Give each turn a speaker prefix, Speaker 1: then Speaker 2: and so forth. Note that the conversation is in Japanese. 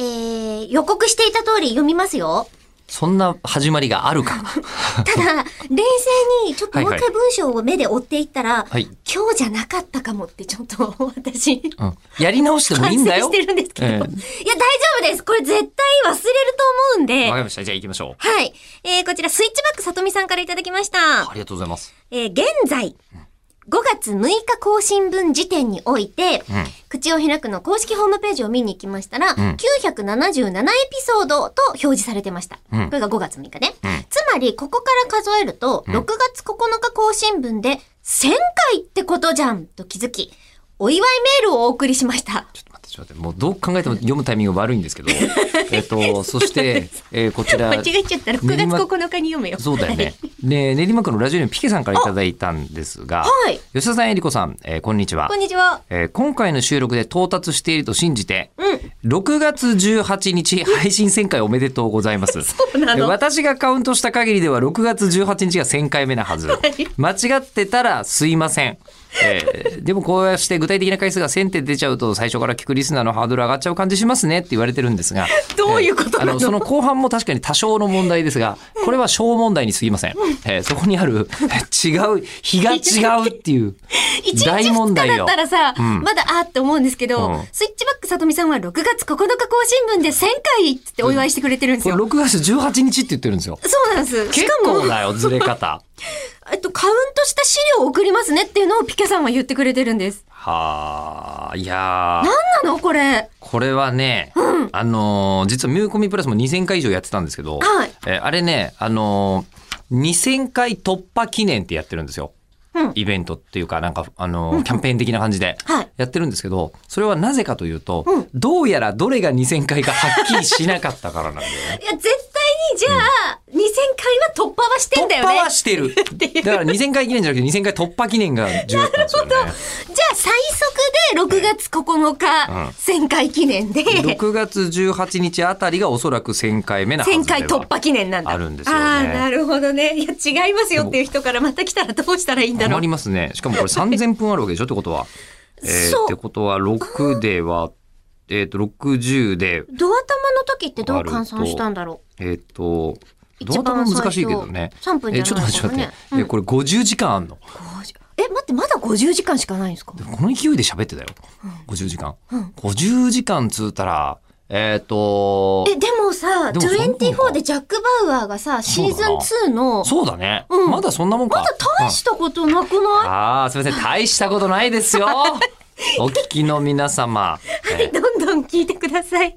Speaker 1: ー予告していた通り読みます よ。
Speaker 2: そんな始まりがあるか。
Speaker 1: ただ、冷静にちょっともう
Speaker 2: は
Speaker 1: 一
Speaker 2: いは
Speaker 1: 回文章を目で追っていったら、
Speaker 2: はい
Speaker 1: 今日じゃなかったかもってちょっと 私、
Speaker 2: うんやり直してもい
Speaker 1: 反
Speaker 2: い
Speaker 1: 省
Speaker 2: んだよ。
Speaker 1: してるんですけど。
Speaker 2: ええ
Speaker 1: いや、大丈夫です。これ絶対忘れると思うんで。
Speaker 2: わか
Speaker 1: は
Speaker 2: りました。じゃあ行きましょう。
Speaker 1: い。えー、こちら、スイッチバックさとみさんからいただきました。
Speaker 2: ありがとうございます。
Speaker 1: えー現在、5月6日更新分時点において、口を開くの公式ホームページを見に行きましたら、977エピソードと表示されてました。
Speaker 2: うん
Speaker 1: これが5月6日ね。
Speaker 2: うん
Speaker 1: つまり、ここから数えると、6月9日更新分で1000回ってことじゃんと気づき、お祝いメールをお送りしました。
Speaker 2: ちょっと待って、ちょっと待って。もうどう考えても読むタイミング悪いんです けど。えっと、そして、えーこちら。
Speaker 1: 間違えちゃったら、6月9日に読めよ。
Speaker 2: そうだ よね。ね練馬区のラジオネームピケさんからいただいたんですが、
Speaker 1: はい
Speaker 2: 吉田さん、えりこさん、えーこんにちは
Speaker 1: こん。にちは。
Speaker 2: えー今回の収録で到達していると信じて、
Speaker 1: うん。
Speaker 2: 6月18日配信1000回おめでとうございます。
Speaker 1: そうな
Speaker 2: え
Speaker 1: の。
Speaker 2: 私がカウントした限りでは6月18日が1000回目なはず。間違ってたらすいません。えーでもこうやして具体的な回数が1000って出ちゃうと最初から聞くリスナーのハードル上がっちゃう感じしますねって言われてるんですが。
Speaker 1: どういうことなの
Speaker 2: えーあその後半も確かに多少の問題ですが、これは小問題にすぎません。えーそこにある、え違う、日が違うっていう
Speaker 1: 一日
Speaker 2: 大
Speaker 1: 二
Speaker 2: 問
Speaker 1: 日
Speaker 2: 題
Speaker 1: だ
Speaker 2: よ
Speaker 1: っ。たらさ、
Speaker 2: ん
Speaker 1: まだあーって思うんですけど、
Speaker 2: うん
Speaker 1: スイッチバックさとみさんは6月9日更新分で1000回っつってお祝いしてくれてるんです
Speaker 2: これ
Speaker 1: よ。
Speaker 2: 6月18日って言ってるんですよ。
Speaker 1: そうなんです。し
Speaker 2: 結
Speaker 1: かも
Speaker 2: 構、だよ、ずれ方。
Speaker 1: えっと、カウントした資料を送りますねっていうのをピケさんは言ってくれてるんです。
Speaker 2: はあ、いやー。
Speaker 1: なんなのこれ。
Speaker 2: これはね、あのー実はミューコミプラスも2000回以上やってたんですけど、
Speaker 1: はい
Speaker 2: えーあれね、あのー2000回突破記念ってやってるんですよ。
Speaker 1: うん
Speaker 2: イベントっていうか、なんか、あのーキャンペーン的な感じで
Speaker 1: はい
Speaker 2: やってるんですけど、それはなぜかというと、
Speaker 1: うん
Speaker 2: どうやらどれが2000回かはっきりしなかったからなんだよね。
Speaker 1: いや、絶対に、じゃあ、2000回は突破はしてんだ
Speaker 2: 突
Speaker 1: よね
Speaker 2: 破。はしてる。だから2000回記念じゃなくて2000回突破記念が重要だったんです よね。
Speaker 1: じゃあ、最速で6月9日、1000回記念で、
Speaker 2: 6月18日あたりがおそらく1000回目なはずでは
Speaker 1: 1000回突破記念なんだ。
Speaker 2: あるんですよね
Speaker 1: ああ、なるほどね。いや、違いますよっていう人からまた来たらどうしたらいいんだろ
Speaker 2: 困
Speaker 1: う
Speaker 2: り。ますね。し かもこれ3000分あるわけでしょってことは。えー
Speaker 1: そう
Speaker 2: ってことは6では、えっ、と、60で、
Speaker 1: ドア玉の時ってどう換算したんだろ
Speaker 2: えっ、と、
Speaker 1: う
Speaker 2: どう頭難しいけどね。
Speaker 1: 3分じ
Speaker 2: えー
Speaker 1: ゃ
Speaker 2: ちょっと
Speaker 1: ない
Speaker 2: 待って、ち
Speaker 1: か
Speaker 2: ょ
Speaker 1: ら
Speaker 2: っと待っ
Speaker 1: ね
Speaker 2: て。。
Speaker 1: うん
Speaker 2: えーこれ50時間あんの。
Speaker 1: 50え、待って、まだ50時間しかないんですか
Speaker 2: この勢いで喋ってたよ。50時間。50時間つうたら、えっ、と、
Speaker 1: え、でもさ、
Speaker 2: でもそんなもんか
Speaker 1: 24でジャック・バウアーがさ、シーズン2の、
Speaker 2: そうだね、
Speaker 1: うん
Speaker 2: まだそんなもんか。
Speaker 1: まだ大したことなくない
Speaker 2: ああー、すみません。大した ことないですよ。お聞きの皆様。えー
Speaker 1: どんどん聞いてください。